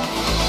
Thank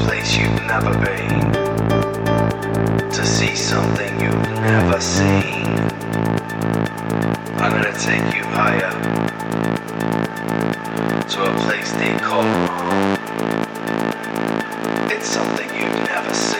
place you've never been, to see something you've never seen. I'm gonna take you higher to a place they call home. It's something you've never seen.